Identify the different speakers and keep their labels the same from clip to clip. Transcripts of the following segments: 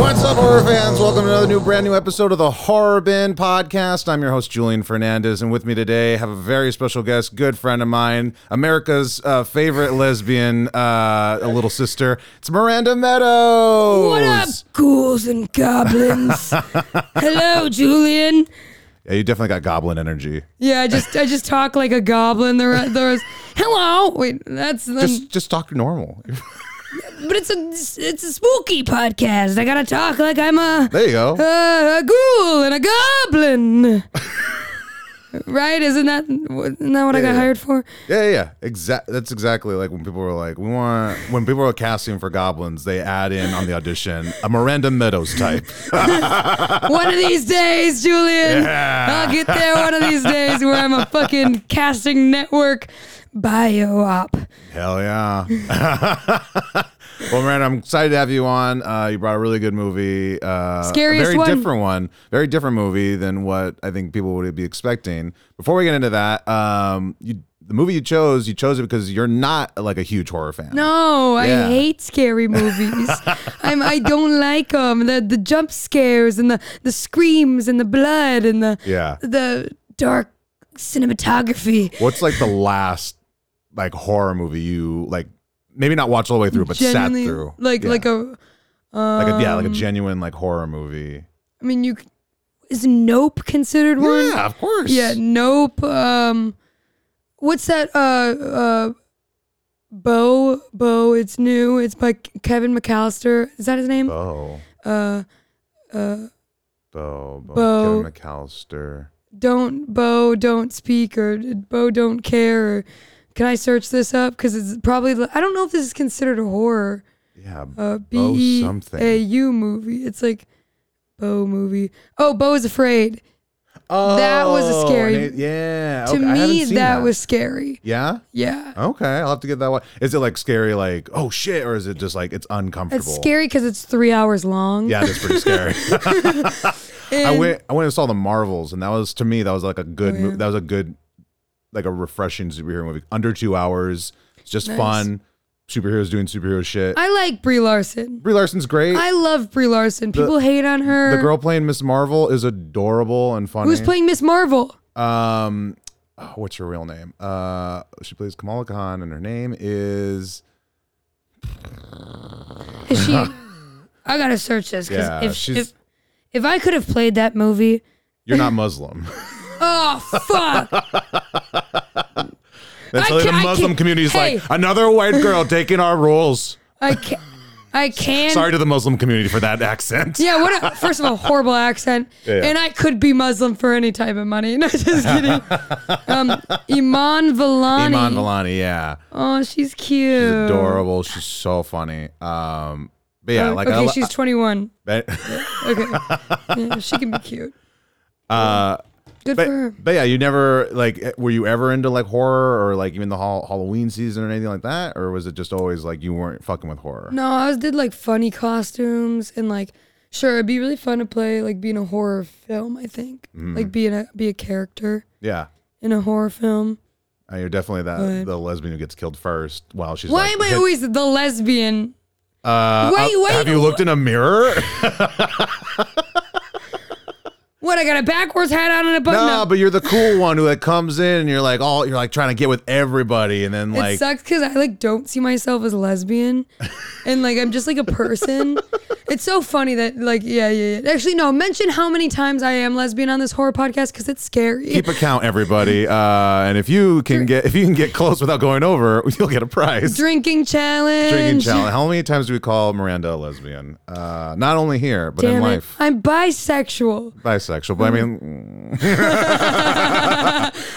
Speaker 1: What's up, horror fans? Welcome to another new, brand new episode of the Horror Bin Podcast. I'm your host, Julian Fernandez, and with me today, I have a very special guest, good friend of mine, America's uh, favorite lesbian, uh, a little sister. It's Miranda Meadows.
Speaker 2: What up, ghouls and goblins? Hello, Julian.
Speaker 1: Yeah, you definitely got goblin energy.
Speaker 2: Yeah, I just I just talk like a goblin. The re- there was hello. Wait, that's um,
Speaker 1: Just, just talk normal.
Speaker 2: but it's a it's a spooky podcast. I gotta talk like I'm a
Speaker 1: There you go.
Speaker 2: a, a ghoul and a goblin. right? Isn't that isn't that what I
Speaker 1: Yeah.
Speaker 2: got hired for?
Speaker 1: Yeah, yeah, yeah. Exact. That's exactly like when people were like, "We want." When people were casting for goblins, they add in on the audition a Miranda Meadows type.
Speaker 2: one of these days, Julian.
Speaker 1: Yeah.
Speaker 2: I'll get there one of these days where I'm a fucking casting network bio op.
Speaker 1: Hell yeah. well, Miranda, I'm excited to have you on. Uh, you brought a really good movie. Uh,
Speaker 2: Scariest
Speaker 1: a very
Speaker 2: one.
Speaker 1: different one. Very different movie than what I think people would be expecting. Before we get into that, um, you, the movie you chose, you chose it because you're not like a huge horror fan.
Speaker 2: No,
Speaker 1: Yeah.
Speaker 2: I hate scary movies. I'm, I don't like them. The the jump scares and the the screams and the blood and the
Speaker 1: Yeah.
Speaker 2: the dark cinematography.
Speaker 1: What's like the last like horror movie you like? Maybe not watch all the way through, but sat
Speaker 2: Genuinely,
Speaker 1: through.
Speaker 2: Like
Speaker 1: Yeah.
Speaker 2: like a.
Speaker 1: like a, yeah, like a
Speaker 2: um,
Speaker 1: genuine like horror movie.
Speaker 2: I mean, you c- is Nope considered one?
Speaker 1: Yeah, of course.
Speaker 2: Yeah, nope. Um, what's that? Uh, uh, Bo, Bo. It's new. It's by K- Kevin McAllister. Is that his name?
Speaker 1: Bo,
Speaker 2: Uh, uh,
Speaker 1: Bo, Bo,
Speaker 2: Bo.
Speaker 1: Kevin McAllister.
Speaker 2: don't Bo, don't speak, or Bo, don't care. Or, can I search this up? Because it's probably. I don't know if this is considered a horror.
Speaker 1: Yeah,
Speaker 2: Uh,
Speaker 1: Bo
Speaker 2: B E
Speaker 1: something.
Speaker 2: A U movie. It's like Bo movie. Oh, Bo is afraid.
Speaker 1: Oh,
Speaker 2: That was a scary-
Speaker 1: and it- yeah.
Speaker 2: To
Speaker 1: okay, I haven't
Speaker 2: me,
Speaker 1: seen Oh,
Speaker 2: that was scary.
Speaker 1: Yeah.
Speaker 2: Yeah.
Speaker 1: Okay, I'll have to get that one. Is it like scary, like oh shit, or is it just like it's uncomfortable?
Speaker 2: It's scary because it's three hours long.
Speaker 1: Yeah, that's pretty scary. I
Speaker 2: And- Oh,
Speaker 1: went, I went and saw the Marvels, and that was to me that was like a good, mo- that was a good, like a refreshing superhero movie. Under two hours, it's just
Speaker 2: Nice.
Speaker 1: fun. Superheroes doing superhero shit.
Speaker 2: I like Brie Larson.
Speaker 1: Brie Larson's great.
Speaker 2: I love Brie Larson. People hate on her.
Speaker 1: the girl playing Miss Marvel is adorable and funny.
Speaker 2: who's playing Miss Marvel.
Speaker 1: Um, oh, what's her real name? Uh, she plays Kamala Khan, and her name is
Speaker 2: Is she? I gotta search this because
Speaker 1: Yeah,
Speaker 2: if,
Speaker 1: she's-
Speaker 2: if if I could have played that movie,
Speaker 1: You're Not Muslim.
Speaker 2: oh fuck!
Speaker 1: That's
Speaker 2: I
Speaker 1: why the
Speaker 2: can't- I
Speaker 1: Muslim
Speaker 2: can't-
Speaker 1: community's
Speaker 2: hey.
Speaker 1: like another white girl taking our rules.
Speaker 2: I can I can.
Speaker 1: Sorry to the Muslim community for that accent.
Speaker 2: Yeah, what? A, first of all, horrible accent,
Speaker 1: yeah.
Speaker 2: and I could be Muslim for any type of money. No, just kidding. Um, Iman Vellani.
Speaker 1: Iman Vellani, yeah,
Speaker 2: Oh, she's cute.
Speaker 1: she's adorable. She's so funny. Um, but yeah, like
Speaker 2: okay,
Speaker 1: I, li-
Speaker 2: she's 21.
Speaker 1: but,
Speaker 2: Okay, yeah, she can be cute.
Speaker 1: uh,
Speaker 2: Good
Speaker 1: but,
Speaker 2: for her.
Speaker 1: but yeah, you never like eh, were you ever into like horror or like even the hall- Halloween season or anything like that, or was it just always like you weren't fucking with horror?
Speaker 2: No, I was did like funny costumes and like sure it'd be really fun to play like being a horror film. I think
Speaker 1: Mm.
Speaker 2: like being a be a character
Speaker 1: Yeah,
Speaker 2: in a horror film.
Speaker 1: Uh, you're definitely that
Speaker 2: Right.
Speaker 1: the lesbian who gets killed first while she's
Speaker 2: Why
Speaker 1: like,
Speaker 2: am I
Speaker 1: hit-
Speaker 2: always the lesbian?
Speaker 1: uh,
Speaker 2: Wait,
Speaker 1: uh,
Speaker 2: wait,
Speaker 1: have you looked in a mirror?
Speaker 2: What I got a backwards hat on and a button
Speaker 1: no,
Speaker 2: up.
Speaker 1: but you're the cool one who like comes in and you're like all you're like trying to get with everybody and then
Speaker 2: it
Speaker 1: like
Speaker 2: sucks because I like don't see myself as lesbian, and like I'm just like a person. it's so funny that like yeah yeah yeah. Actually no, mention how many times I am lesbian on this horror podcast because it's scary.
Speaker 1: keep account everybody. Uh, and if you can get if you can get close without going over, you'll get a prize.
Speaker 2: Drinking challenge.
Speaker 1: Drinking challenge. How many times do we call Miranda a lesbian? Uh, not only here, but in
Speaker 2: Damn it.
Speaker 1: life.
Speaker 2: I'm bisexual.
Speaker 1: Bisexual, but I mean,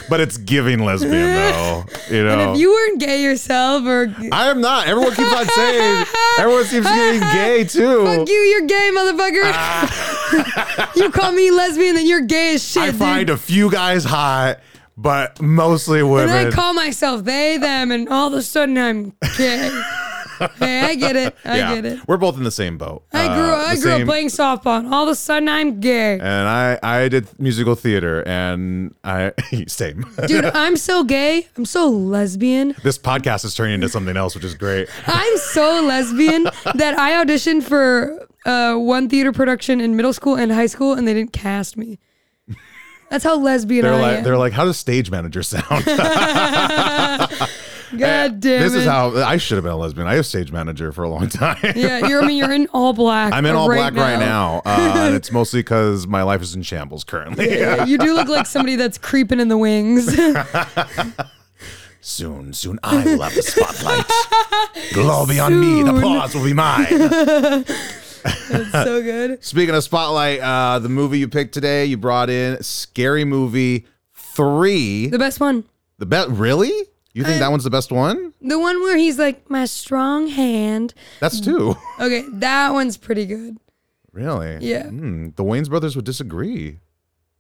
Speaker 1: but it's giving lesbian though. You know,
Speaker 2: And if you weren't gay yourself, or fuck
Speaker 1: Oh. I am not. Everyone keeps on saying. Everyone keeps getting gay too.
Speaker 2: you, you're gay, motherfucker. you call me lesbian, then you're gay as shit.
Speaker 1: Ah. I
Speaker 2: dude.
Speaker 1: find a few guys hot, but mostly
Speaker 2: and I
Speaker 1: women.
Speaker 2: call myself they, them, and all of a sudden I'm gay. hey, I get it. I
Speaker 1: yeah,
Speaker 2: get it.
Speaker 1: we're both in the same boat.
Speaker 2: I grew,
Speaker 1: Uh,
Speaker 2: I
Speaker 1: the
Speaker 2: grew up
Speaker 1: same-
Speaker 2: playing softball, and all of a sudden I'm gay.
Speaker 1: And I, I did musical theater, and I same.
Speaker 2: Dude, I'm so gay. I'm so lesbian.
Speaker 1: this podcast is turning into something else, which is great.
Speaker 2: I'm so lesbian that I auditioned for uh, one theater production in middle school and high school, and they didn't cast me. That's how lesbian
Speaker 1: They're
Speaker 2: I
Speaker 1: like,
Speaker 2: am.
Speaker 1: they're like, how does stage manager sound?
Speaker 2: God damn
Speaker 1: eh, this
Speaker 2: it.
Speaker 1: is how I should have been a lesbian. I was stage manager for a long time.
Speaker 2: yeah, you're. I mean, you're in all black.
Speaker 1: I'm in all black right
Speaker 2: now.
Speaker 1: now, uh, and it's mostly because my life is in shambles currently.
Speaker 2: Yeah, you do look like somebody that's creeping in the wings.
Speaker 1: Soon, soon, I will have the spotlight. Glory on me, the
Speaker 2: Soon.
Speaker 1: applause will be mine.
Speaker 2: so good.
Speaker 1: Speaking of spotlight, uh, the movie you picked today, you brought in Scary Movie Three.
Speaker 2: The best one.
Speaker 1: The best, really? You think that one's the best one?
Speaker 2: The one where he's like, my strong hand.
Speaker 1: That's two.
Speaker 2: Okay, that one's pretty good.
Speaker 1: Really?
Speaker 2: Yeah.
Speaker 1: Hmm, the Wayne's brothers would disagree.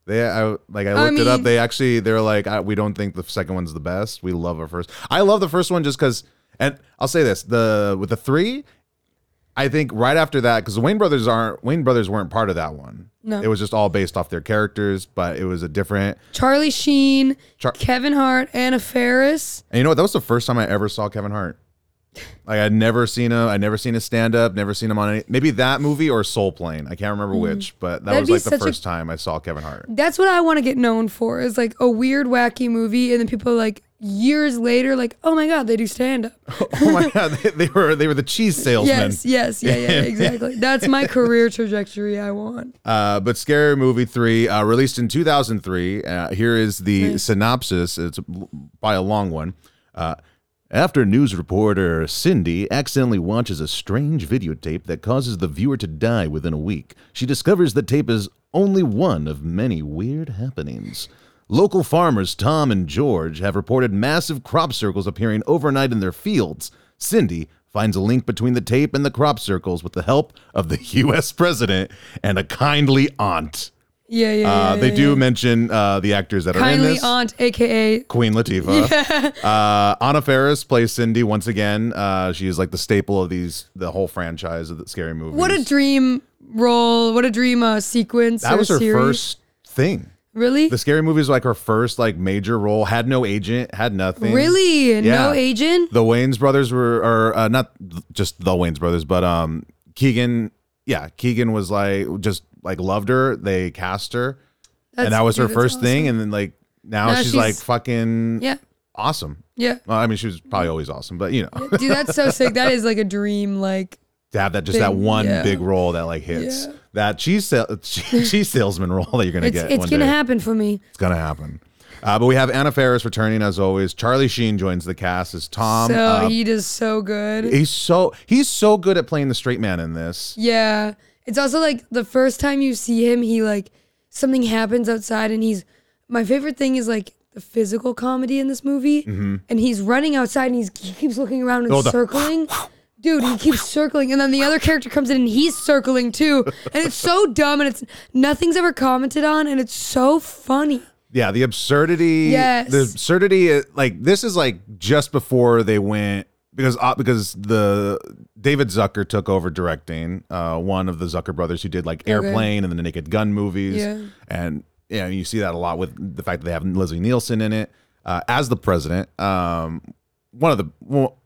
Speaker 1: They, I, like, I
Speaker 2: I
Speaker 1: looked it up.
Speaker 2: mean-
Speaker 1: They actually, they're like, I, we don't think the second one's the best. We love our first. I love the first one just because, and I'll say this: the with the three, I think right after that, because the Wayne brothers aren't Wayne brothers weren't part of that one.
Speaker 2: No.
Speaker 1: it was just all based off their characters, but it was a different.
Speaker 2: Charlie Sheen,
Speaker 1: Char-
Speaker 2: Kevin Hart, Anna Faris.
Speaker 1: And you know what? That was the first time I ever saw Kevin Hart. Like I'd never seen him. I'd never seen his stand up. Never seen him on any. Maybe that movie or Soul Plane. I can't remember which, but that
Speaker 2: Mm-hmm. That'd
Speaker 1: was
Speaker 2: be
Speaker 1: like the
Speaker 2: such a-
Speaker 1: first time I saw Kevin Hart.
Speaker 2: That's what I want to get known for is like a weird, wacky movie. And then people are like, years later, like, oh my God, they do stand up.
Speaker 1: oh my god, they, they were they were the cheese salesmen.
Speaker 2: Yes, yes, yeah, yeah, exactly. That's my career trajectory I want.
Speaker 1: Uh, but Scary Movie Three, uh, released in 2003. Uh, here is the synopsis. It's by a long one. Uh, after news reporter Cindy accidentally watches a strange videotape that causes the viewer to die within a week, she discovers the tape is only one of many weird happenings. Local farmers Tom and George have reported massive crop circles appearing overnight in their fields. Cindy finds a link between the tape and the crop circles with the help of the U.S. president and a kindly aunt.
Speaker 2: Yeah, yeah, yeah.
Speaker 1: Uh, they
Speaker 2: yeah,
Speaker 1: do mention uh, the actors that
Speaker 2: yeah.
Speaker 1: are in
Speaker 2: Kindly
Speaker 1: this.
Speaker 2: Aunt, AKA.
Speaker 1: Queen Latifah. Uh, Anna Ferris plays Cindy once again. Uh, she is like the staple of these, the whole franchise of the scary movies.
Speaker 2: What a dream role. What a dream uh, sequence.
Speaker 1: that
Speaker 2: or
Speaker 1: was her
Speaker 2: series.
Speaker 1: first thing.
Speaker 2: Really?
Speaker 1: The scary movies like her first like major role. Had no agent. Had nothing.
Speaker 2: Really?
Speaker 1: Yeah.
Speaker 2: No agent?
Speaker 1: The Wayne's brothers were, or uh, not th- just the Wayne's brothers, but um, Keegan. Yeah, Keegan was like just like loved her. They cast her,
Speaker 2: That's-
Speaker 1: and that was her
Speaker 2: dude, that's
Speaker 1: first thing.
Speaker 2: awesome.
Speaker 1: And then like now,
Speaker 2: Now
Speaker 1: she's,
Speaker 2: she's-
Speaker 1: like fucking
Speaker 2: Yeah.
Speaker 1: awesome.
Speaker 2: Yeah.
Speaker 1: Well, I mean, she was probably always awesome, but you know.
Speaker 2: Dude, that's so sick. That is like a dream. Like,
Speaker 1: to have that just that
Speaker 2: Big-
Speaker 1: one
Speaker 2: yeah.
Speaker 1: big role that like hits
Speaker 2: Yeah.
Speaker 1: that cheese sa- cheese salesman role that you're gonna
Speaker 2: it's,
Speaker 1: get.
Speaker 2: it's
Speaker 1: one
Speaker 2: going to
Speaker 1: day.
Speaker 2: happen for me.
Speaker 1: It's gonna happen. Uh, but we have Anna Faris returning as always. Charlie Sheen joins the cast as Tom.
Speaker 2: so
Speaker 1: Uh,
Speaker 2: he does so good.
Speaker 1: he's so he's so good at playing the straight man in this.
Speaker 2: yeah. It's also like the first time you see him, he like, something happens outside and he's, my favorite thing is like, the physical comedy in this movie, and he's running outside and he's, he keeps looking around and
Speaker 1: Mm-hmm. Oh, the-
Speaker 2: circling. Dude, he keeps circling, and then the other character comes in and he's circling too, and it's so dumb, and it's nothing's ever commented on, and it's so funny.
Speaker 1: Yeah, the absurdity.
Speaker 2: Yes.
Speaker 1: the absurdity. uh, Like this is like just before they went because uh, because the David Zucker took over directing. Uh, one of the Zucker brothers who did like Airplane and then the Naked Gun movies.
Speaker 2: Yeah.
Speaker 1: and yeah, you see that a lot with the fact that they have Leslie Nielsen in it uh, as the president. Um, one of the well,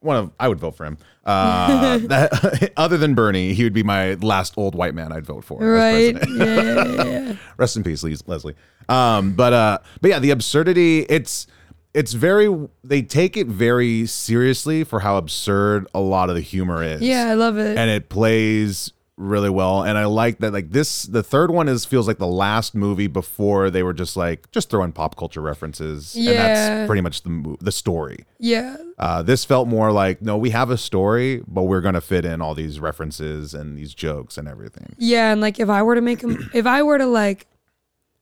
Speaker 1: one of I would vote for him. Uh, that, other than Bernie, he would be my last old white man I'd vote for. as
Speaker 2: Right?
Speaker 1: president.
Speaker 2: Yeah, yeah, yeah, yeah.
Speaker 1: Rest in peace, Les- Leslie. Um, but uh, but yeah, the absurdity. It's it's very. They take it very seriously for how absurd a lot of the humor is.
Speaker 2: Yeah, I love it.
Speaker 1: and it plays really well. And I like that. Like this, the third one is feels like the last movie before they were just like just throwing pop culture references. and
Speaker 2: Yeah.
Speaker 1: that's pretty much the mo- the story.
Speaker 2: yeah.
Speaker 1: Uh, this felt more like no, we have a story, but we're gonna fit in all these references and these jokes and everything.
Speaker 2: Yeah, and like if I were to make a if I were to like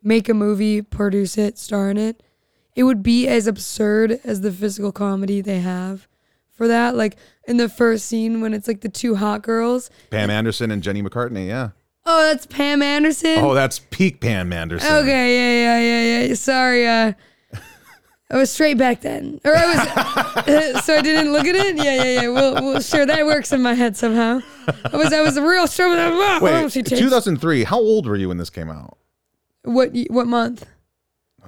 Speaker 2: make a movie, produce it, star in it, it would be as absurd as the physical comedy they have for that. Like in the first scene when it's like the two hot girls.
Speaker 1: Pam Anderson and Jenny McCartney. Yeah.
Speaker 2: Oh, that's Pam Anderson.
Speaker 1: Oh, that's peak Pam Anderson.
Speaker 2: Okay, yeah, yeah, yeah, yeah. Sorry, uh, I was straight back then, or I was, so I didn't look at it. Yeah, yeah, yeah. We'll, we'll sure that works in my head somehow. I was, I was a real straight.
Speaker 1: Wait,
Speaker 2: she takes-
Speaker 1: 2003. How old were you when this came out?
Speaker 2: What y- what month?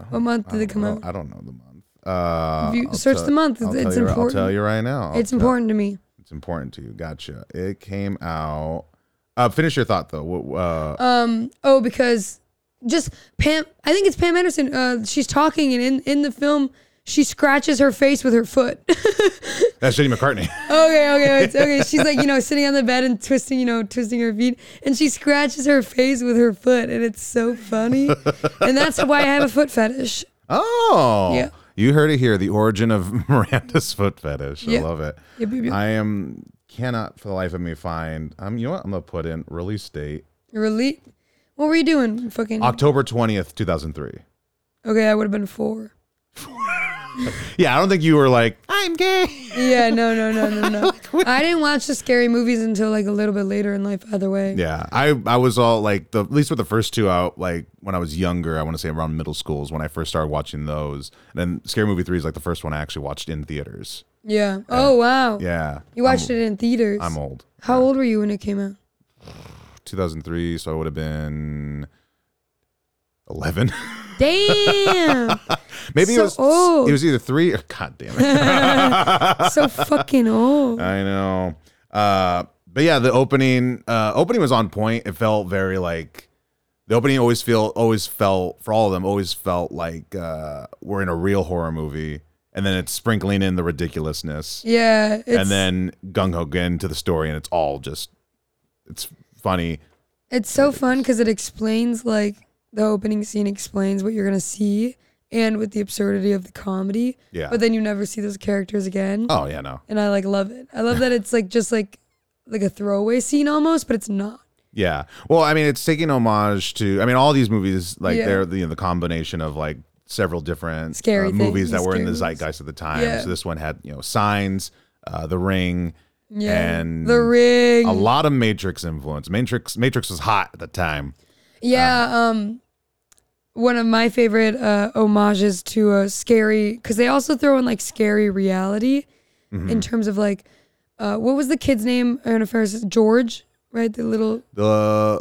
Speaker 2: What month did it come
Speaker 1: Well,
Speaker 2: out?
Speaker 1: I don't know the month. Uh,
Speaker 2: If you
Speaker 1: I'll
Speaker 2: search
Speaker 1: tell-
Speaker 2: the month,
Speaker 1: I'll
Speaker 2: it's-
Speaker 1: tell
Speaker 2: it's
Speaker 1: you- I'll
Speaker 2: important.
Speaker 1: tell you right now. I'll
Speaker 2: It's
Speaker 1: tell-
Speaker 2: important to me.
Speaker 1: It's It's important to you. Gotcha. It came out. Uh, finish your thought though. Wh- Uh,
Speaker 2: Um. Oh, because just Pam. I think it's Pam Anderson. Uh, she's talking, and in in the film, she scratches her face with her foot.
Speaker 1: that's Jenny McCartney.
Speaker 2: okay, okay, it's okay. She's like, you know, sitting on the bed and twisting, you know, twisting her feet, and she scratches her face with her foot, and it's so funny. and that's why I have a foot fetish.
Speaker 1: Oh,
Speaker 2: Yeah.
Speaker 1: You heard it here. The origin of Miranda's foot fetish.
Speaker 2: Yeah.
Speaker 1: I love it.
Speaker 2: Yep, yep, yep.
Speaker 1: I am cannot for the life of me find. Um, you know what? I'm gonna put in release date
Speaker 2: Really? What were you doing? Fucking.
Speaker 1: October twentieth, two thousand three.
Speaker 2: Okay, I would have been four.
Speaker 1: Yeah, I don't think you were like I'm gay.
Speaker 2: Yeah, no, no, no, no, no. I didn't watch the scary movies until like a little bit later in life. Either way.
Speaker 1: Yeah, I I was all like the at least with the first two out like when I was younger. I want to say around middle school is when I first started watching those. And then Scary Movie three is like the first one I actually watched in theaters.
Speaker 2: Yeah. Oh wow.
Speaker 1: Yeah,
Speaker 2: You watched
Speaker 1: I'm,
Speaker 2: it in theaters.
Speaker 1: I'm old.
Speaker 2: How old were you when it came out?
Speaker 1: 2003, so I would have been 11.
Speaker 2: Damn.
Speaker 1: Maybe
Speaker 2: So
Speaker 1: it was
Speaker 2: old.
Speaker 1: it was either three. Or, God damn it!
Speaker 2: so fucking old.
Speaker 1: I know. Uh, but yeah, the opening uh, opening was on point. It felt very like the opening always feel always felt for all of them always felt like uh, we're in a real horror movie, and then it's sprinkling in the ridiculousness,
Speaker 2: Yeah. It's,
Speaker 1: and then gung ho again to the story, and it's all just it's funny.
Speaker 2: it's so fun because it explains like the opening scene explains what you're gonna see and with the absurdity of the comedy.
Speaker 1: Yeah.
Speaker 2: But then you never see those characters again.
Speaker 1: Oh yeah, no,
Speaker 2: And I like love it. I love that it's like just like like a throwaway scene almost, but it's not.
Speaker 1: Yeah. Well, I mean, it's taking homage to. I mean, all these movies, like
Speaker 2: Yeah.
Speaker 1: they're the, you know, the combination of like several different
Speaker 2: Scary
Speaker 1: uh,
Speaker 2: things,
Speaker 1: movies that were in the
Speaker 2: scary movies.
Speaker 1: zeitgeist at the time.
Speaker 2: Yeah.
Speaker 1: So this one had you know Signs, uh, The Ring,
Speaker 2: Yeah.
Speaker 1: And
Speaker 2: the ring.
Speaker 1: a lot of Matrix influence. Matrix Matrix was hot at the time.
Speaker 2: Yeah, um one of my favorite uh homages to a scary cuz they also throw in like scary reality in terms of like uh what was the kid's name? Anna Ferris George, right? The little
Speaker 1: The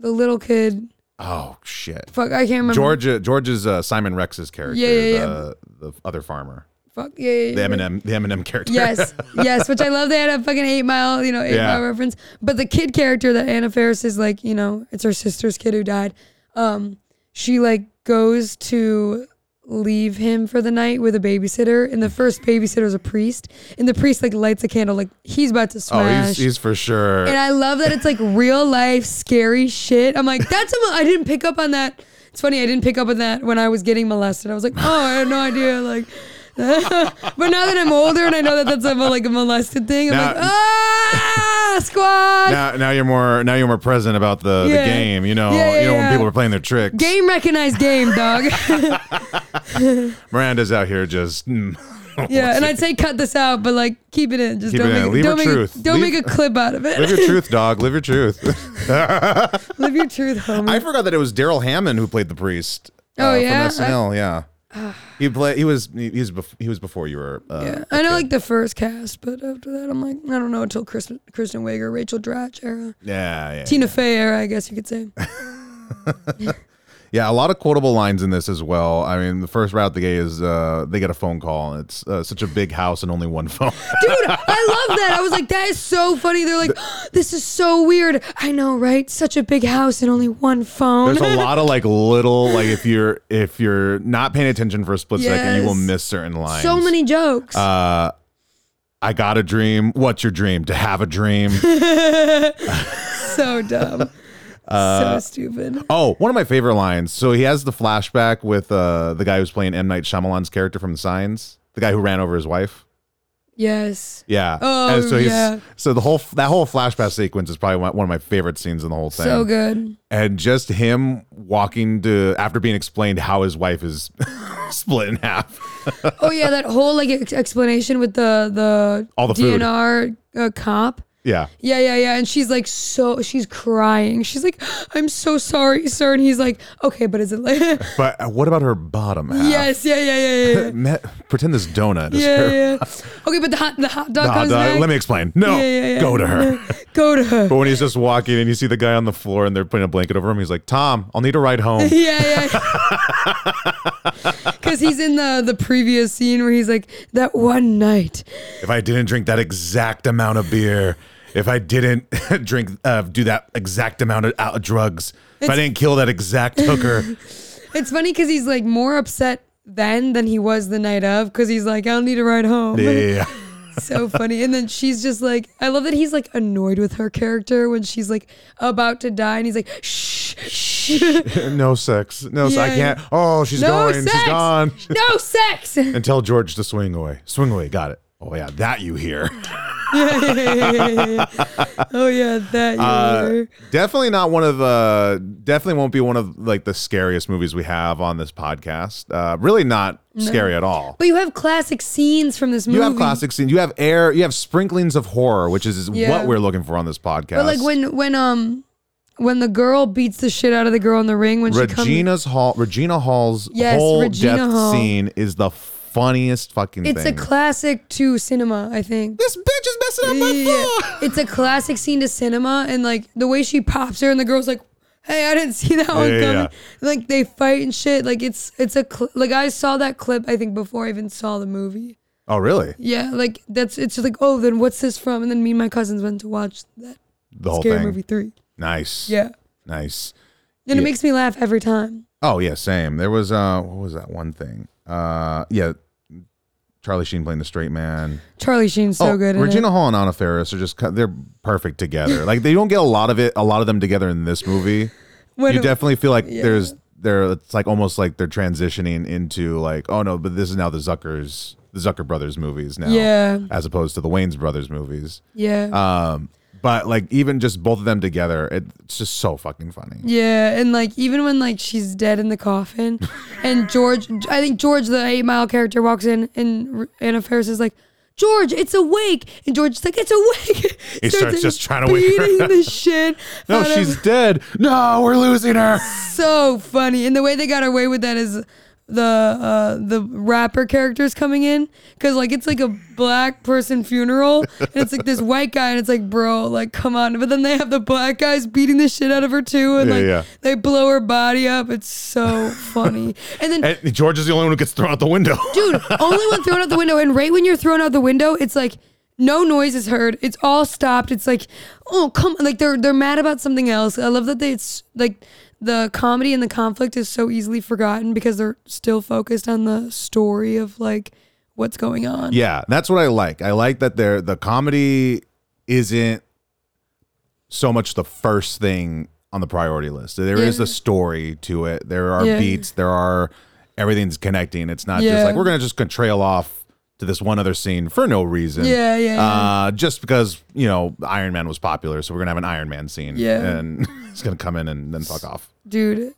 Speaker 2: the little kid.
Speaker 1: oh shit,
Speaker 2: Fuck, I can't remember.
Speaker 1: Georgia George's uh, Simon Rex's character,
Speaker 2: Um, Yeah, yeah, yeah.
Speaker 1: the the other farmer,
Speaker 2: Fuck. Yeah. yeah,
Speaker 1: the
Speaker 2: yeah.
Speaker 1: Eminem the Eminem character.
Speaker 2: Yes, yes, which I love. They had a fucking eight mile, you know, eight
Speaker 1: Yeah.
Speaker 2: mile reference. But the kid character that Anna Ferris is like, you know, it's her sister's kid who died. Um, she like goes to leave him for the night with a babysitter, and the first babysitter is a priest, and the priest like lights a candle, like he's about to
Speaker 1: oh,
Speaker 2: smash.
Speaker 1: he's he's for sure.
Speaker 2: and I love that it's like real life scary shit. I'm like, that's a, mo- I didn't pick up on that. It's funny, I didn't pick up on that when I was getting molested. I was like, oh, I had no idea. Like, but now that I'm older and I know that that's a, mo- like a molested thing, I'm
Speaker 1: Now-
Speaker 2: like, ah, squad.
Speaker 1: now, now you're more now you're more present about the,
Speaker 2: Yeah.
Speaker 1: the game. You know,
Speaker 2: Yeah, yeah,
Speaker 1: you know when
Speaker 2: yeah.
Speaker 1: people are playing their tricks.
Speaker 2: Game recognized game, dog.
Speaker 1: Miranda's out here just. mm.
Speaker 2: yeah, and I'd say cut this out, but like keep it in. Just
Speaker 1: Keep
Speaker 2: don't
Speaker 1: it in.
Speaker 2: make
Speaker 1: Leave her
Speaker 2: don't make
Speaker 1: truth.
Speaker 2: A, don't
Speaker 1: Leave-
Speaker 2: make a clip out of
Speaker 1: Live
Speaker 2: it.
Speaker 1: your truth, dog. Live your truth.
Speaker 2: Live your truth, homie.
Speaker 1: I forgot that it was Daryl Hammond who played the priest. uh,
Speaker 2: Oh, yeah? Ah.
Speaker 1: from SNL. yeah, he play. He was. He, he was. Bef- he was before you were. Uh,
Speaker 2: Yeah, I know like the first cast, but after that, I'm like, I don't know until Chris, Kristen Wiig, Rachel Dratch era,
Speaker 1: yeah, yeah,
Speaker 2: Tina Fey era, I guess you could say.
Speaker 1: yeah. A lot of quotable lines in this as well. I mean, the first right out the gate is uh, they get a phone call. And it's uh, such a big house and only one phone.
Speaker 2: Dude, I love that. I was like, that is so funny. They're like, this is so weird. I know, right? Such a big house and only one phone.
Speaker 1: There's a lot of like little like if you're if you're not paying attention for a split second, you will
Speaker 2: Yes.
Speaker 1: miss certain lines.
Speaker 2: so many jokes.
Speaker 1: Uh, I got a dream. What's your dream? To have a dream.
Speaker 2: so dumb. so stupid.
Speaker 1: Oh, one of my favorite lines. So he has the flashback with uh, the guy who's playing M Night Shyamalan's character from Signs, the guy who ran over his wife.
Speaker 2: Yes.
Speaker 1: Yeah.
Speaker 2: Oh,
Speaker 1: And so
Speaker 2: yeah.
Speaker 1: So the whole that whole flashback sequence is probably one one of my favorite scenes in the whole thing.
Speaker 2: So good.
Speaker 1: And just him walking to after being explained how his wife is split in half.
Speaker 2: Oh yeah, that whole like ex- explanation with the the
Speaker 1: All the food.
Speaker 2: DNR Uh, cop.
Speaker 1: Yeah.
Speaker 2: Yeah, yeah, yeah. And she's like, so she's crying. She's like, I'm so sorry, sir. And he's like, okay, but is it like,
Speaker 1: But uh, what about her bottom half?
Speaker 2: yes, yeah, yeah, yeah, yeah, yeah.
Speaker 1: Me- pretend this donut is
Speaker 2: yeah,
Speaker 1: her.
Speaker 2: yeah. Okay, but the hot, the hot dog
Speaker 1: Nah,
Speaker 2: comes
Speaker 1: duh,
Speaker 2: back.
Speaker 1: let me explain. No,
Speaker 2: Yeah, yeah, yeah.
Speaker 1: go to her.
Speaker 2: Go to her.
Speaker 1: But when he's just walking and you see the guy on the floor and they're putting a blanket over him, he's like, Tom, I'll need a ride home.
Speaker 2: Yeah, yeah. Because he's in the the previous scene where he's like that one night.
Speaker 1: if I didn't drink that exact amount of beer, if I didn't drink, uh, do that exact amount of out- drugs, if I didn't kill that exact hooker,
Speaker 2: It's funny because he's like more upset then than he was the night of. Because he's like, I'll need a ride home.
Speaker 1: yeah.
Speaker 2: so funny. And then she's just like, I love that he's like annoyed with her character when she's like about to die, and he's like, shh, shh,
Speaker 1: no sex, no, se- I
Speaker 2: Yeah,
Speaker 1: can't. Oh, she's
Speaker 2: no
Speaker 1: going,
Speaker 2: sex,
Speaker 1: she's gone.
Speaker 2: no sex. yeah,
Speaker 1: And tell George to swing away, swing away. Got it. Oh yeah, that you hear.
Speaker 2: yeah, yeah, yeah, yeah, yeah. Oh yeah, that. You
Speaker 1: Uh,
Speaker 2: were.
Speaker 1: definitely not one of the definitely won't be one of like the scariest movies we have on this podcast. Uh, really not scary at all.
Speaker 2: But you have classic scenes from this movie.
Speaker 1: You have classic scenes. You have air. You have sprinklings of horror, which is
Speaker 2: Yeah.
Speaker 1: what we're looking for on this podcast.
Speaker 2: But like when when um when the girl beats the shit out of the girl in the ring when she comes
Speaker 1: Regina's Hall, Regina Hall's
Speaker 2: Yes,
Speaker 1: whole
Speaker 2: Regina
Speaker 1: death
Speaker 2: Hall.
Speaker 1: scene is the funniest fucking
Speaker 2: it's a
Speaker 1: thing.
Speaker 2: classic to cinema, I think.
Speaker 1: this bitch is messing up my
Speaker 2: Yeah.
Speaker 1: floor.
Speaker 2: It's a classic scene to cinema and like the way she pops her and the girl's like, "Hey, I didn't see that one
Speaker 1: yeah,
Speaker 2: coming."
Speaker 1: yeah.
Speaker 2: Like they fight and shit. Like it's it's a cl- like I saw that clip I think before I even saw the movie.
Speaker 1: Oh really?
Speaker 2: Yeah, like that's it's just like, "Oh, then what's this from?" And then me and my cousins went to watch that
Speaker 1: The whole
Speaker 2: scary
Speaker 1: thing.
Speaker 2: movie 3.
Speaker 1: Nice.
Speaker 2: Yeah.
Speaker 1: Nice.
Speaker 2: And
Speaker 1: Yeah.
Speaker 2: it makes me laugh every time.
Speaker 1: Oh yeah, same. There was uh, what was that one thing? Uh, yeah, Charlie Sheen playing the straight man.
Speaker 2: Charlie Sheen's so
Speaker 1: oh,
Speaker 2: good in it.
Speaker 1: Regina Hall and Anna Faris are just cut- they're perfect together. like they don't get a lot of it, a lot of them together in this movie.
Speaker 2: When
Speaker 1: you
Speaker 2: it-
Speaker 1: definitely feel like there's there it's like almost like they're transitioning into like oh no but this is now the zuckers the zucker brothers movies now
Speaker 2: Yeah.
Speaker 1: as opposed to the waynes brothers movies
Speaker 2: Yeah.
Speaker 1: um but like even just both of them together it, it's just so fucking funny
Speaker 2: Yeah, and like even when like she's dead in the coffin, and George, I think George, the Eight Mile character, walks in, and R- Anna Faris is like, "George, it's awake," and George's like, "It's awake."
Speaker 1: He starts just trying to wake her
Speaker 2: beating the shit.
Speaker 1: no
Speaker 2: out of-
Speaker 1: she's dead no we're losing her
Speaker 2: so funny, and the way they got away with that is the uh the rapper characters coming in because like it's like a black person funeral and it's like this white guy and it's like bro like come on but then they have the black guys beating the shit out of her too and
Speaker 1: Yeah,
Speaker 2: like
Speaker 1: yeah.
Speaker 2: they blow her body up it's so funny and then
Speaker 1: and george is the only one who gets thrown out the window
Speaker 2: dude only one thrown out the window and right when you're thrown out the window it's like no noise is heard it's all stopped it's like oh come like they're they're mad about something else i love that they it's like the comedy and the conflict is so easily forgotten because they're still focused on the story of like what's going on
Speaker 1: Yeah, that's what I like. I like that there the comedy isn't so much the first thing on the priority list. There is
Speaker 2: Yeah.
Speaker 1: a story to it. There are
Speaker 2: Yeah.
Speaker 1: beats. There are everything's connecting. It's not just
Speaker 2: Yeah.
Speaker 1: like we're gonna just gonna trail off to this one other scene for no reason.
Speaker 2: Yeah, yeah, yeah.
Speaker 1: Uh, just because you know Iron Man was popular, so we're gonna have an Iron Man scene.
Speaker 2: Yeah.
Speaker 1: and it's gonna come in and then fuck off.
Speaker 2: dude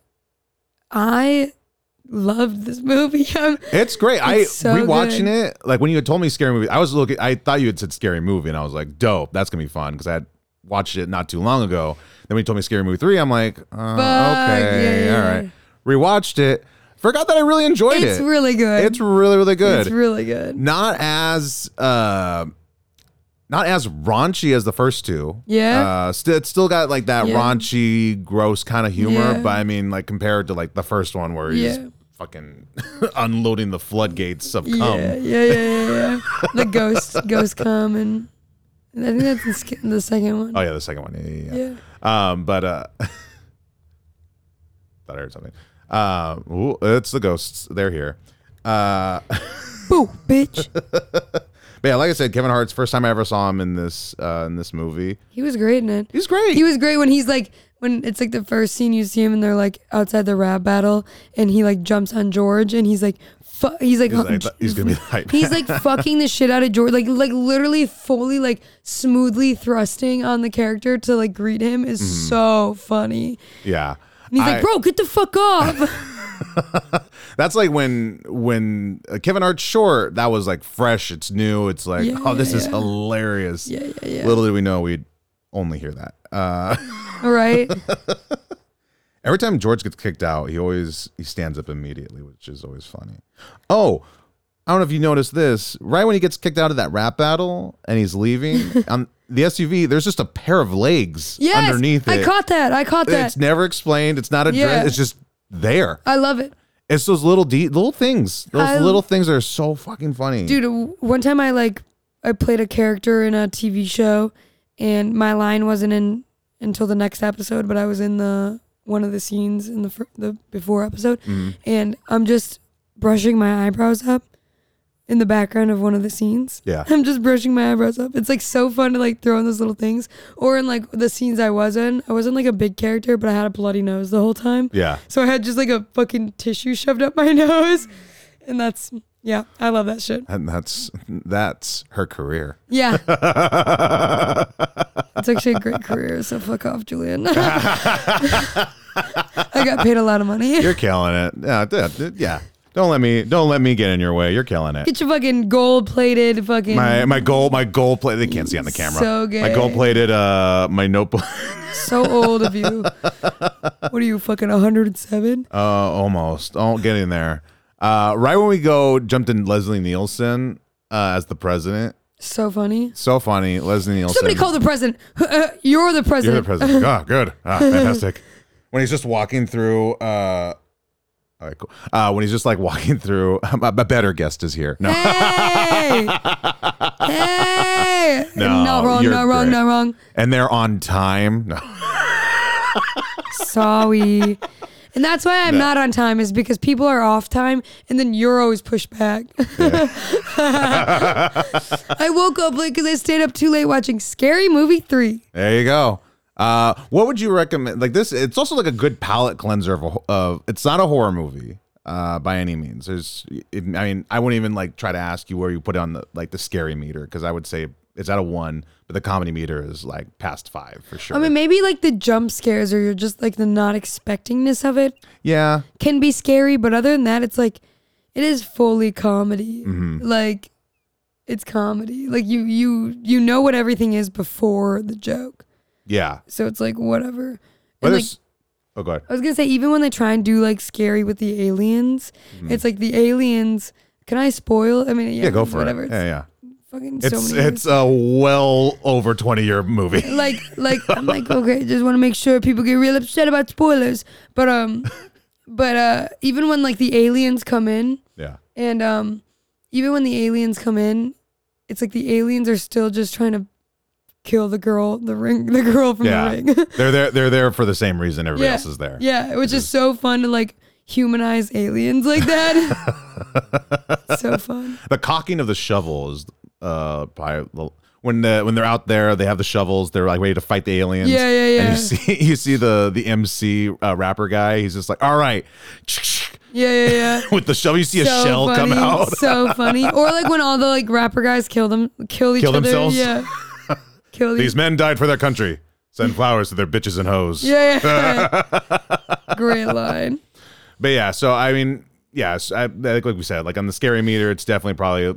Speaker 2: i loved this movie I'm-
Speaker 1: It's great. I
Speaker 2: It's so
Speaker 1: rewatching
Speaker 2: good.
Speaker 1: it like when you had told me scary movie. I was looking. I thought you had said scary movie, and I was like, dope. That's gonna be fun because I had watched it not too long ago. Then when you told me scary movie three, I'm like, uh,
Speaker 2: Fuck,
Speaker 1: okay,
Speaker 2: yeah, yeah,
Speaker 1: all right. Rewatched it. Forgot that I really enjoyed
Speaker 2: it's
Speaker 1: it.
Speaker 2: really good
Speaker 1: it's really really good.
Speaker 2: It's really good
Speaker 1: not as uh, not as raunchy as the first two.
Speaker 2: Yeah.
Speaker 1: Uh, st- it's still got like that
Speaker 2: Yeah.
Speaker 1: raunchy, gross kind of humor,
Speaker 2: Yeah.
Speaker 1: but I mean, like compared to like the first one where he's
Speaker 2: Yeah.
Speaker 1: fucking unloading the floodgates of cum.
Speaker 2: Yeah, yeah, yeah, yeah, yeah. the ghost, ghost come and I think that's the, sk- the second one.
Speaker 1: Oh yeah, the second one. Yeah, yeah. yeah.
Speaker 2: yeah.
Speaker 1: Um, but uh, thought I heard something. Uh, ooh, it's the ghosts. They're here. Uh,
Speaker 2: Boo, bitch.
Speaker 1: but yeah, like I said, Kevin Hart's first time I ever saw him in this uh, in this movie.
Speaker 2: He was great in it.
Speaker 1: He's great.
Speaker 2: He was great when he's like when it's like the first scene you see him and they're like outside the rap battle and he like jumps on George and he's like fu- he's like
Speaker 1: He's like, he's gonna be the hype.
Speaker 2: He's like fucking the shit out of George, like like literally fully like smoothly thrusting on the character to like greet him is so funny.
Speaker 1: yeah.
Speaker 2: And he's
Speaker 1: Mm-hmm. I-
Speaker 2: like, "Bro, get the fuck off!"
Speaker 1: That's like when when uh, Kevin Hart's short. That was like fresh. It's new. It's like
Speaker 2: Yeah,
Speaker 1: oh, this
Speaker 2: yeah,
Speaker 1: is
Speaker 2: yeah.
Speaker 1: hilarious.
Speaker 2: Yeah, yeah, yeah.
Speaker 1: Little did we know we'd only hear that. Uh,
Speaker 2: All right.
Speaker 1: every time George gets kicked out, he always he stands up immediately, which is always funny. Oh, I don't know if you noticed this. Right when he gets kicked out of that rap battle and he's leaving on the SUV, there's just a pair of legs
Speaker 2: Yes.
Speaker 1: underneath
Speaker 2: I
Speaker 1: it.
Speaker 2: caught that. I caught that.
Speaker 1: it's never explained. It's not addressed.
Speaker 2: Yeah.
Speaker 1: It's just there.
Speaker 2: I love it.
Speaker 1: It's those little de- little things. Those
Speaker 2: I-
Speaker 1: little things are so fucking funny.
Speaker 2: dude w- one time i like i played a character in a tv show and my line wasn't in until the next episode but i was in the one of the scenes in the fir- the before episode and i'm just brushing my eyebrows up in the background of one of the scenes
Speaker 1: Yeah.
Speaker 2: i'm just brushing my eyebrows up it's like so fun to like throw in those little things or in like the scenes i was in i wasn't like a big character but i had a bloody nose the whole time
Speaker 1: Yeah.
Speaker 2: so i had just like a fucking tissue shoved up my nose and that's yeah i love that shit
Speaker 1: And that's that's her career.
Speaker 2: yeah. it's actually a great career, so fuck off, Julian. I got paid a lot of money.
Speaker 1: You're killing it. Yeah, d- d- yeah. Don't let me don't let me get in your way. You're killing it.
Speaker 2: Get your fucking gold plated fucking
Speaker 1: My my gold my gold plate they can't see on the camera.
Speaker 2: So
Speaker 1: My
Speaker 2: gay.
Speaker 1: gold plated uh my notebook
Speaker 2: so old of you. What are you fucking 107?
Speaker 1: uh almost. Oh get in there. Uh right when we go jumped in Leslie Nielsen uh as the president.
Speaker 2: So funny.
Speaker 1: So funny. Leslie Nielsen.
Speaker 2: Somebody call the president. You're the president.
Speaker 1: You're the president. Ah, good. Ah, fantastic. when he's just walking through, uh, all right, cool. Uh, when he's just like walking through, a better guest is here. No,
Speaker 2: Hey! hey!
Speaker 1: No,
Speaker 2: not wrong,
Speaker 1: you're
Speaker 2: not wrong,
Speaker 1: great.
Speaker 2: not wrong.
Speaker 1: and they're on time. No,
Speaker 2: Sorry. And that's why I'm not on time, is because people are off time and then you're always pushed back. I woke up late because I stayed up too late watching Scary Movie 3.
Speaker 1: there you go. Uh, what would you recommend? Like this, it's also like a good palate cleanser of. A, ho- of it's not a horror movie. Uh, by any means, there's. It, I mean, I wouldn't even like try to ask you where you put it on the like the scary meter because I would say it's at a one, but the comedy meter is like past five for sure.
Speaker 2: I mean, maybe like the jump scares or you're just like the not expectingness of it
Speaker 1: yeah,
Speaker 2: can be scary, but other than that, it's like it is fully comedy. Like it's comedy. Like you you you know what everything is before the joke.
Speaker 1: yeah.
Speaker 2: So it's like whatever.
Speaker 1: But
Speaker 2: And, like,
Speaker 1: there's- oh, go ahead.
Speaker 2: I was gonna say even when they try and do like scary with the aliens, it's like the aliens. Can I spoil? I mean,
Speaker 1: Mm-hmm.
Speaker 2: yeah,
Speaker 1: Yeah, go for
Speaker 2: whatever.
Speaker 1: it.
Speaker 2: It's
Speaker 1: Yeah, yeah.
Speaker 2: fucking so
Speaker 1: It's
Speaker 2: many.
Speaker 1: it's a well over twenty year movie.
Speaker 2: years. like like I'm like okay, just want to make sure people get real upset about spoilers. But um, but uh, even when like the aliens come in,
Speaker 1: Yeah,
Speaker 2: and um, even when the aliens come in, it's like the aliens are still just trying to kill the girl, the ring, the girl from
Speaker 1: Yeah.
Speaker 2: the ring.
Speaker 1: they're there. They're there for the same reason everybody
Speaker 2: Yeah.
Speaker 1: else is there.
Speaker 2: Yeah, which is so fun to like humanize aliens like that. so fun.
Speaker 1: The cocking of the shovel is uh by the, when the when they're out there, they have the shovels. They're like ready to fight the aliens.
Speaker 2: Yeah, yeah,
Speaker 1: And
Speaker 2: yeah.
Speaker 1: you see you see the the MC uh, rapper guy. He's just like, all right,
Speaker 2: Yeah, yeah, yeah.
Speaker 1: with the shovel. You see a
Speaker 2: so
Speaker 1: shell
Speaker 2: funny,
Speaker 1: come out.
Speaker 2: so funny. Or like when all the like rapper guys kill them, kill each
Speaker 1: Kill
Speaker 2: other.
Speaker 1: themselves?
Speaker 2: Yeah. Kill
Speaker 1: These men died for their country. Send flowers to their bitches and hoes.
Speaker 2: Yeah, yeah. yeah. Great line.
Speaker 1: But yeah, so I mean, yes, I, I think like we said, like on the scary meter, it's definitely probably uh,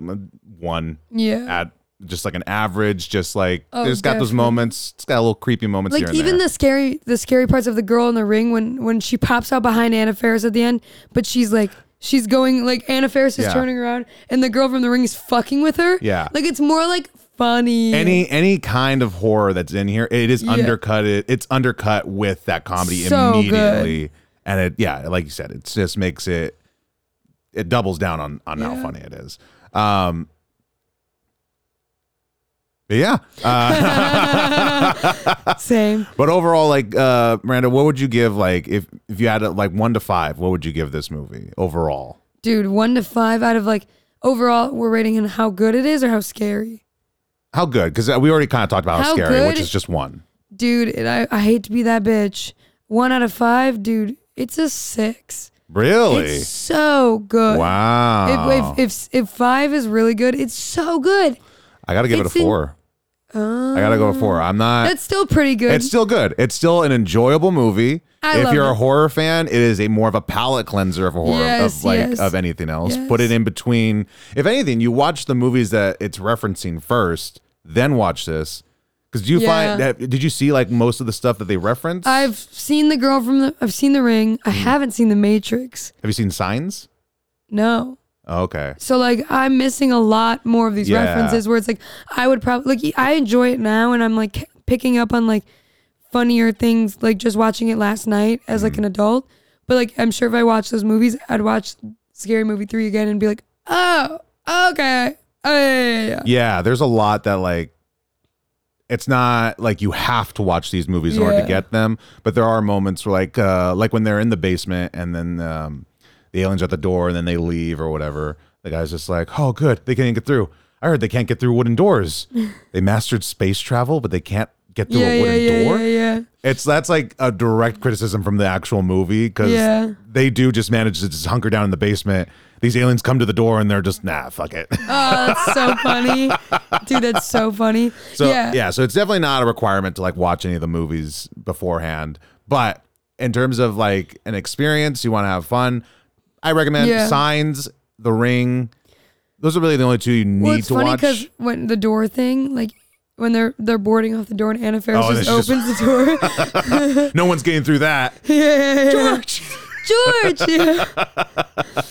Speaker 1: one
Speaker 2: Yeah.
Speaker 1: at just like an average, just like
Speaker 2: Mm-hmm. Oh,
Speaker 1: it's got those
Speaker 2: definitely.
Speaker 1: moments. It's got a little creepy moments here
Speaker 2: Like
Speaker 1: and
Speaker 2: even
Speaker 1: there.
Speaker 2: the scary, the scary parts of the girl in the ring when when she pops out behind Anna Faris at the end, but she's like. She's going like Anna Faris is
Speaker 1: Yeah.
Speaker 2: turning around, and the girl from the ring is fucking with her.
Speaker 1: Yeah.
Speaker 2: like it's more like funny.
Speaker 1: any any kind of horror that's in here, it is
Speaker 2: Yeah.
Speaker 1: undercut. It, it's undercut with that comedy
Speaker 2: So good.
Speaker 1: immediately, and it yeah, like you said, it just makes it it doubles down on on how
Speaker 2: Yeah.
Speaker 1: funny it is. Um, but yeah, uh,
Speaker 2: Same.
Speaker 1: but overall, like uh, Miranda, what would you give like if if you had a, like one to five? What would you give this movie overall?
Speaker 2: Dude, one to five out of like overall, we're rating on how good it is or how scary.
Speaker 1: How good? Because we already kind of talked about how,
Speaker 2: How
Speaker 1: scary, which
Speaker 2: good-
Speaker 1: is just one.
Speaker 2: Dude, and I, I hate to be that bitch. One out of five, dude, it's a six.
Speaker 1: Really?
Speaker 2: It's so good.
Speaker 1: wow.
Speaker 2: If, if, if, if five is really good, it's so good.
Speaker 1: I got to give it a
Speaker 2: it's in- Oh.
Speaker 1: four. I gotta go with four. I'm not.
Speaker 2: That's still pretty good.
Speaker 1: Uh, It's still good. It's still an enjoyable movie.
Speaker 2: I
Speaker 1: if
Speaker 2: love
Speaker 1: you're a
Speaker 2: it.
Speaker 1: horror fan, it is a more of a palate cleanser of a horror
Speaker 2: Yes,
Speaker 1: of like
Speaker 2: yes.
Speaker 1: of anything else. Put it in between. If anything, you watch the movies that it's referencing first, then watch this. Because do you find
Speaker 2: Yeah.
Speaker 1: that did you see like most of the stuff that they reference?
Speaker 2: I've seen the girl from the. I've seen the Ring. I
Speaker 1: Hmm.
Speaker 2: haven't seen the Matrix.
Speaker 1: Have you seen Signs?
Speaker 2: No.
Speaker 1: Oh, okay.
Speaker 2: So like I'm missing a lot more of these
Speaker 1: Yeah.
Speaker 2: references where it's like I would probably like I enjoy it now and I'm like picking up on like funnier things like just watching it last night as like
Speaker 1: Mm-hmm.
Speaker 2: an adult. But like I'm sure if I watched those movies, I'd watch Scary Movie 3 again and be like, "Oh, okay." Oh, yeah, yeah, yeah.
Speaker 1: Yeah, there's a lot that like it's not like you have to watch these movies in order to
Speaker 2: Yeah.
Speaker 1: get them, but there are moments where like uh like when they're in the basement and then um the aliens are at the door and then they leave or whatever. The guy's just like, "Oh, good. They can't get through. I heard they can't get through wooden doors. they mastered space travel, but they can't get through
Speaker 2: Yeah,
Speaker 1: a
Speaker 2: yeah,
Speaker 1: wooden
Speaker 2: yeah,
Speaker 1: door."
Speaker 2: yeah, yeah.
Speaker 1: It's that's like a direct criticism from the actual movie because
Speaker 2: Yeah.
Speaker 1: they do just manage to just hunker down in the basement. These aliens come to the door and they're just nah, fuck it.
Speaker 2: Oh, that's so funny. Dude, that's so funny.
Speaker 1: So yeah.
Speaker 2: yeah.
Speaker 1: so it's definitely not a requirement to like watch any of the movies beforehand. But in terms of like an experience, you want to have fun. I recommend
Speaker 2: Yeah.
Speaker 1: Signs, The Ring. Those are really the only two you need
Speaker 2: Well, it's
Speaker 1: to
Speaker 2: funny
Speaker 1: watch.
Speaker 2: because when the door thing, like when they're they're boarding off the door and Anna Faris
Speaker 1: Oh, and it's
Speaker 2: just
Speaker 1: just-
Speaker 2: opens the door.
Speaker 1: No one's getting through that.
Speaker 2: yeah, George. Yeah.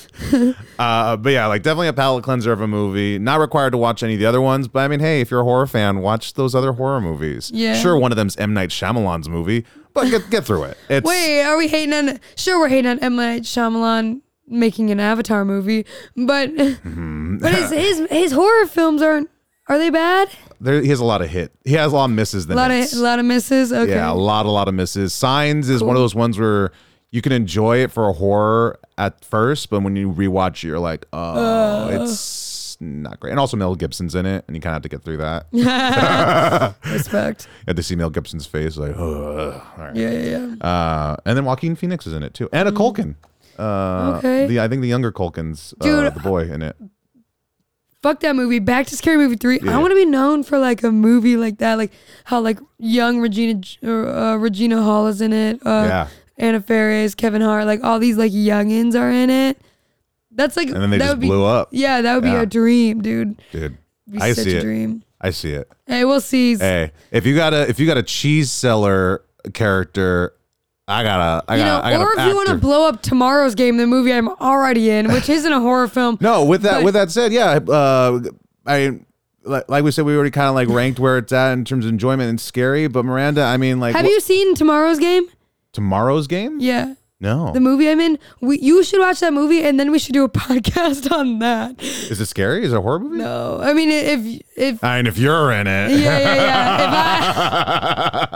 Speaker 1: Uh, but yeah, like definitely a palate cleanser of a movie. Not required to watch any of the other ones, but I mean, hey, if you're a horror fan, watch those other horror movies.
Speaker 2: Yeah.
Speaker 1: Sure, one of them's M Night Shyamalan's movie, but get get through it. It's
Speaker 2: Wait, are we hating on? Sure, we're hating on M Night Shyamalan making an Avatar movie, but
Speaker 1: Mm-hmm.
Speaker 2: but his, his his horror films aren't. Are they bad?
Speaker 1: there, he has a lot of hit. He has a lot of misses.
Speaker 2: A
Speaker 1: Than
Speaker 2: lot
Speaker 1: hits.
Speaker 2: of a lot of misses. Okay.
Speaker 1: Yeah, a lot, a lot of misses. Signs is one of those ones where you can enjoy it for a horror at first, but when you rewatch it, you're like, oh, it's not great. And also Mel Gibson's in it, and you kind of have to get through that. You
Speaker 2: Respect.
Speaker 1: had to see Mel Gibson's face, like, ugh. All right.
Speaker 2: Yeah, yeah, yeah.
Speaker 1: Uh, and then Joaquin Phoenix is in it too, and a Culkin. Uh,
Speaker 2: Mm. Okay.
Speaker 1: The I think the younger Culkin's uh,
Speaker 2: Dude,
Speaker 1: the boy in it.
Speaker 2: fuck that movie. Back to Scary Movie three.
Speaker 1: Yeah.
Speaker 2: I want to be known for like a movie like that, like how like young Regina J- or, uh, Regina Hall is in it. Uh,
Speaker 1: Yeah.
Speaker 2: Anna Faris, Kevin Hart, like all these like youngins are in it. That's like
Speaker 1: And then they
Speaker 2: that
Speaker 1: just
Speaker 2: would be,
Speaker 1: blew up,
Speaker 2: Yeah, that would be
Speaker 1: Yeah.
Speaker 2: a dream, dude.
Speaker 1: dude.
Speaker 2: It'd be
Speaker 1: I
Speaker 2: such
Speaker 1: see
Speaker 2: a
Speaker 1: it.
Speaker 2: dream.
Speaker 1: I see it.
Speaker 2: Hey, we'll see.
Speaker 1: Hey, if you got a if you got a cheese seller character, I gotta I
Speaker 2: you know,
Speaker 1: gotta I gotta.
Speaker 2: or if you want to
Speaker 1: actor.
Speaker 2: blow up tomorrow's game, the movie I'm already in, which isn't a horror film.
Speaker 1: No, with that
Speaker 2: But-
Speaker 1: with that said, yeah, uh, I like, like we said, we already kind of like ranked where it's at in terms of enjoyment and scary. But Miranda, I mean, like
Speaker 2: Have
Speaker 1: wh-
Speaker 2: you seen tomorrow's game?
Speaker 1: tomorrow's game?
Speaker 2: Yeah.
Speaker 1: No,
Speaker 2: The movie I'm in, we, you should watch that movie and then we should do a podcast on that.
Speaker 1: is it scary? Is it a horror movie?
Speaker 2: No, I mean if if
Speaker 1: I mean, if you're in it,
Speaker 2: yeah yeah yeah. If I,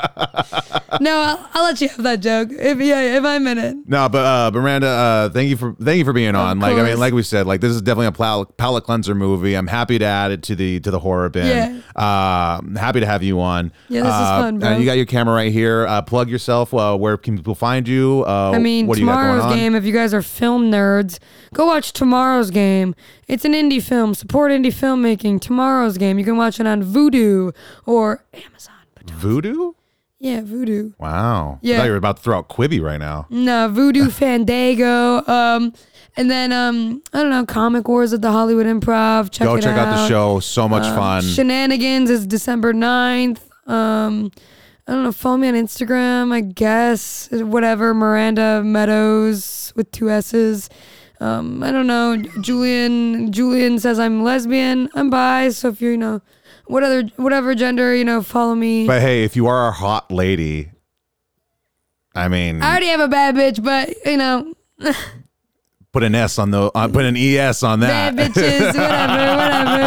Speaker 2: no, I'll, I'll let you have that joke. If yeah, if I'm in it,
Speaker 1: No, but uh, but Miranda, uh, thank you for thank you for being on. Like I mean,
Speaker 2: course.
Speaker 1: like we said, like this is definitely a pal- palate cleanser movie. I'm happy to add it to the to the horror bin.
Speaker 2: Yeah.
Speaker 1: Uh, I'm happy to have you on.
Speaker 2: Yeah, this is
Speaker 1: Uh,
Speaker 2: fun, bro.
Speaker 1: uh, you got your camera right here. Uh, plug yourself. Uh, where can people find you? Uh,
Speaker 2: I mean
Speaker 1: what do you got going
Speaker 2: tomorrow's
Speaker 1: on?
Speaker 2: game. If you guys are film nerds, go watch tomorrow's game. It's an indie film. Support indie filmmaking. Tomorrow's game. You can watch it on Vudu or Amazon. But
Speaker 1: Voodoo.
Speaker 2: yeah, Vudu.
Speaker 1: Wow. I
Speaker 2: Yeah.
Speaker 1: thought you were about to throw out Quibi right now.
Speaker 2: No, Voodoo Fandango. Um, and then um, I don't know, Comic Wars at the Hollywood Improv. Check
Speaker 1: Go
Speaker 2: it Uh,
Speaker 1: check out. the show. So much fun.
Speaker 2: Shenanigans is December 9th. Um, I don't know. Follow me on Instagram, I guess. Whatever. Miranda Meadows with two S's. Um, I don't know. Julian Julian says I'm lesbian. I'm bi. So if you're, you know, what other, whatever gender, you know, follow me.
Speaker 1: But hey, if you are a hot lady, I mean,
Speaker 2: I already have a bad bitch, but, you know,
Speaker 1: put an S on the uh, put an ES on that.
Speaker 2: bad bitches, whatever, whatever.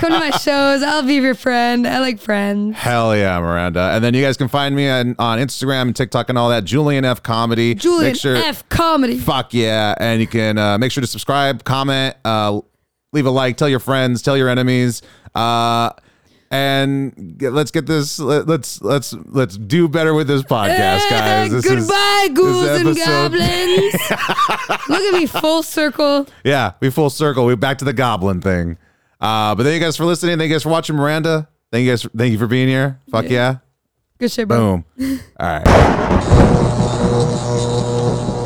Speaker 2: Come to my shows. I'll be your friend. I like friends.
Speaker 1: Hell yeah, Miranda. And then you guys can find me on, on Instagram and TikTok and all that. Julian F. Comedy.
Speaker 2: Julian
Speaker 1: Make sure,
Speaker 2: F. Comedy.
Speaker 1: Fuck yeah. And you can uh, make sure to subscribe, comment, uh, leave a like, tell your friends, tell your enemies. Uh, and get, let's get this. Let, let's let's let's do better with this podcast, guys. This is-
Speaker 2: Uh, Goodbye, ghouls
Speaker 1: this
Speaker 2: and
Speaker 1: episode-
Speaker 2: goblins. Look at me, full circle.
Speaker 1: Yeah, we full circle. We back to the goblin thing. Uh, but thank you guys for listening. Thank you guys for watching, Miranda. Thank you guys. Thank you for being here. Fuck yeah.
Speaker 2: Good shit, bro.
Speaker 1: Boom. All right.